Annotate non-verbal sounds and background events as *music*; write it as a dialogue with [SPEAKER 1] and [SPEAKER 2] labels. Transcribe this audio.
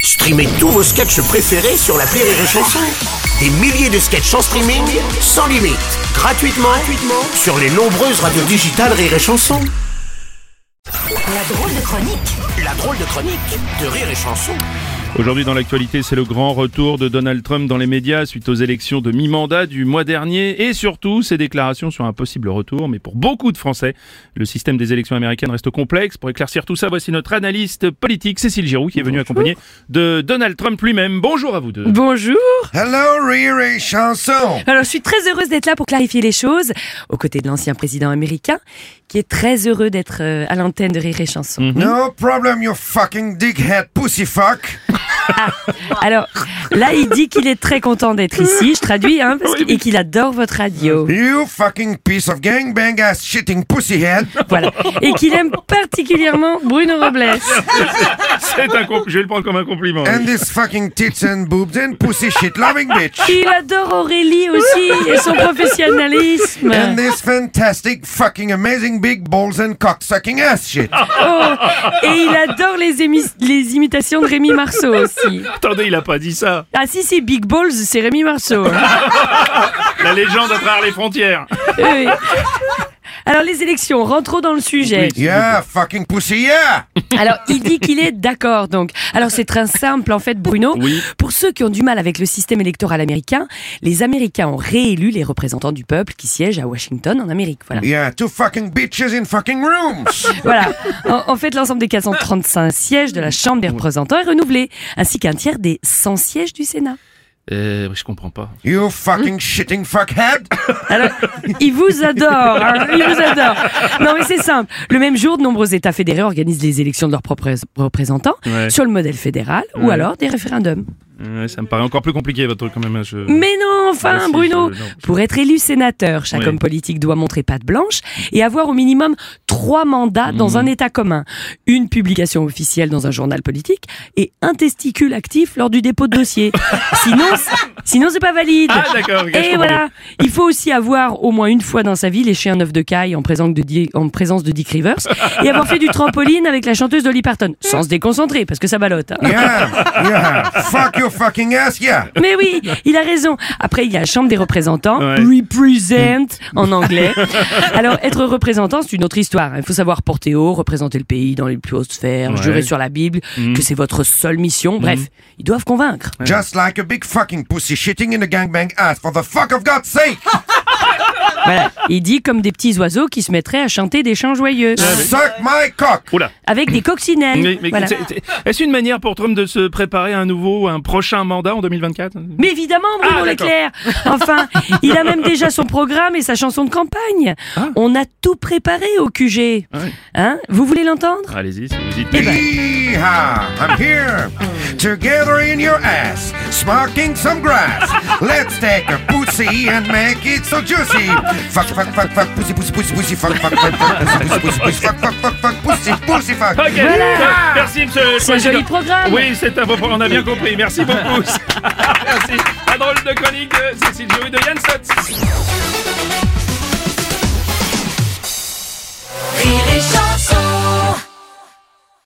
[SPEAKER 1] Streamez tous vos sketchs préférés sur la Rire et Chanson. Des milliers de sketchs en streaming, sans limite, gratuitement, gratuitement sur les nombreuses radios digitales Rire et Chanson. La drôle de chronique, la drôle de chronique de Rire et Chanson.
[SPEAKER 2] Aujourd'hui dans l'actualité, c'est le grand retour de Donald Trump dans les médias suite aux élections de mi-mandat du mois dernier et surtout ses déclarations sur un possible retour. Mais pour beaucoup de Français, le système des élections américaines reste complexe. Pour éclaircir tout ça, voici notre analyste politique Cécile Giroux qui est venue accompagnée de Donald Trump lui-même. Bonjour à vous deux.
[SPEAKER 3] Bonjour
[SPEAKER 4] Hello, Rire et Chanson
[SPEAKER 3] Alors je suis très heureuse d'être là pour clarifier les choses, aux côtés de l'ancien président américain, qui est très heureux d'être euh, à l'antenne de Rire et Chanson.
[SPEAKER 4] No problem, you fucking dickhead pussy fuck
[SPEAKER 3] Alors là, il dit qu'il est très content d'être ici, je traduis, hein, parce que- et qu'il adore votre radio.
[SPEAKER 4] You fucking piece of gangbang ass shitting pussyhead
[SPEAKER 3] Voilà. Et qu'il aime particulièrement Bruno Robles.
[SPEAKER 2] C'est un compl- je vais le prendre comme un compliment.
[SPEAKER 4] And this fucking tits and boobs and pussy shit loving bitch
[SPEAKER 3] Il adore Aurélie aussi et son professionnalisme.
[SPEAKER 4] And this fantastic fucking amazing big balls and cock sucking ass shit
[SPEAKER 3] Oh, et il adore les, émis- les imitations de Rémi Marceau aussi.
[SPEAKER 2] Attendez, il a pas dit ça.
[SPEAKER 3] Ah si, si, Big Balls, c'est Rémi Marceau. hein.
[SPEAKER 2] La légende à travers les frontières.
[SPEAKER 3] Oui. *laughs* Alors les élections, rentrons dans le sujet.
[SPEAKER 4] Yeah, fucking pussy, yeah
[SPEAKER 3] Alors il dit qu'il est d'accord donc. Alors c'est très simple en fait Bruno.
[SPEAKER 2] Oui.
[SPEAKER 3] Pour ceux qui ont du mal avec le système électoral américain, les Américains ont réélu les représentants du peuple qui siègent à Washington en Amérique. Voilà.
[SPEAKER 4] Yeah, two fucking bitches in fucking rooms
[SPEAKER 3] voilà. En, en fait l'ensemble des 435 sièges de la Chambre des représentants est renouvelé, ainsi qu'un tiers des 100 sièges du Sénat.
[SPEAKER 2] Euh, je comprends pas.
[SPEAKER 4] You fucking shitting fuckhead
[SPEAKER 3] Alors, il vous adore, hein, il vous adore. Non mais c'est simple. Le même jour, de nombreux États fédérés organisent les élections de leurs propres représentants
[SPEAKER 2] Ouais.
[SPEAKER 3] sur le modèle fédéral ou
[SPEAKER 2] Ouais.
[SPEAKER 3] alors des référendums.
[SPEAKER 2] Ouais, ça me paraît encore plus compliqué votre truc quand même. hein, je-
[SPEAKER 3] Mais non, enfin,
[SPEAKER 2] Ah, si,
[SPEAKER 3] Bruno,
[SPEAKER 2] je- non.
[SPEAKER 3] pour être élu sénateur, chaque
[SPEAKER 2] Oui.
[SPEAKER 3] homme politique doit montrer patte blanche et avoir au minimum trois mandats
[SPEAKER 2] Mhm.
[SPEAKER 3] dans un État commun, une publication officielle dans un journal politique et un testicule actif lors du dépôt de
[SPEAKER 2] *laughs*
[SPEAKER 3] dossier. sinon, c'est- sinon c'est pas valide.
[SPEAKER 2] Ah d'accord. ok, je
[SPEAKER 3] Et
[SPEAKER 2] comprends
[SPEAKER 3] voilà, il faut aussi avoir au moins une fois dans sa vie léché un œuf de caille en présence de, Di- en présence de Dick Rivers et avoir fait du trampoline avec la chanteuse Dolly Parton, sans se déconcentrer, parce que ça ballotte. hein.
[SPEAKER 4] Yeah, yeah, fuck your fucking ass, yeah
[SPEAKER 3] Mais oui, il a raison. Après, il y a la Chambre des représentants,
[SPEAKER 2] Ouais.
[SPEAKER 3] represent en anglais. Alors, être représentant, c'est une autre histoire. hein. Il faut savoir porter haut, représenter le pays dans les plus hautes sphères,
[SPEAKER 2] Ouais. Mm.
[SPEAKER 3] jurer sur la Bible, que c'est votre seule mission. Bref, ils doivent convaincre.
[SPEAKER 4] Just like a big fucking pussy shitting in a gangbang ass, for the fuck of God's sake!
[SPEAKER 3] Voilà. Il dit comme des petits oiseaux qui se mettraient à chanter des chants joyeux.
[SPEAKER 4] Suck my cock!
[SPEAKER 2] Oula.
[SPEAKER 3] Avec des coccinelles.
[SPEAKER 2] Ah Mais, mais
[SPEAKER 3] Voilà.
[SPEAKER 2] c'est- c'est- est-ce une manière pour Trump de se préparer à un nouveau, un prochain mandat en 2024
[SPEAKER 3] Mais évidemment, Bruno
[SPEAKER 2] Ah, d'accord.
[SPEAKER 3] Leclerc. Enfin, il a même déjà son programme et sa chanson de campagne.
[SPEAKER 2] Ah.
[SPEAKER 3] On a tout préparé au QG.
[SPEAKER 2] ouais.
[SPEAKER 3] Hein Vous voulez l'entendre
[SPEAKER 2] Allez-y, si vous dites.
[SPEAKER 4] Yeehaw! I'm here! Together in your ass, smoking some grass. Let's take a pussy and make it so juicy. Fuck, fuck, fuck, fuck, pussy, pussy, pussy, pussy, fuck, fuck, fuck, fuck, pussy, pussy, pussy, pussy, fuck, fuck, fuck, fuck, pussy, pussy, fuck.
[SPEAKER 2] ben, Ok, merci monsieur le
[SPEAKER 3] C'est un joli
[SPEAKER 2] Président.
[SPEAKER 3] programme.
[SPEAKER 2] Oui, c'est un beau programme, on a bien compris. Merci
[SPEAKER 3] *laughs*
[SPEAKER 2] beaucoup. merci. La drôle de chronique de Cécile Giroux et de Yann Stotz.
[SPEAKER 5] Rire et chanson.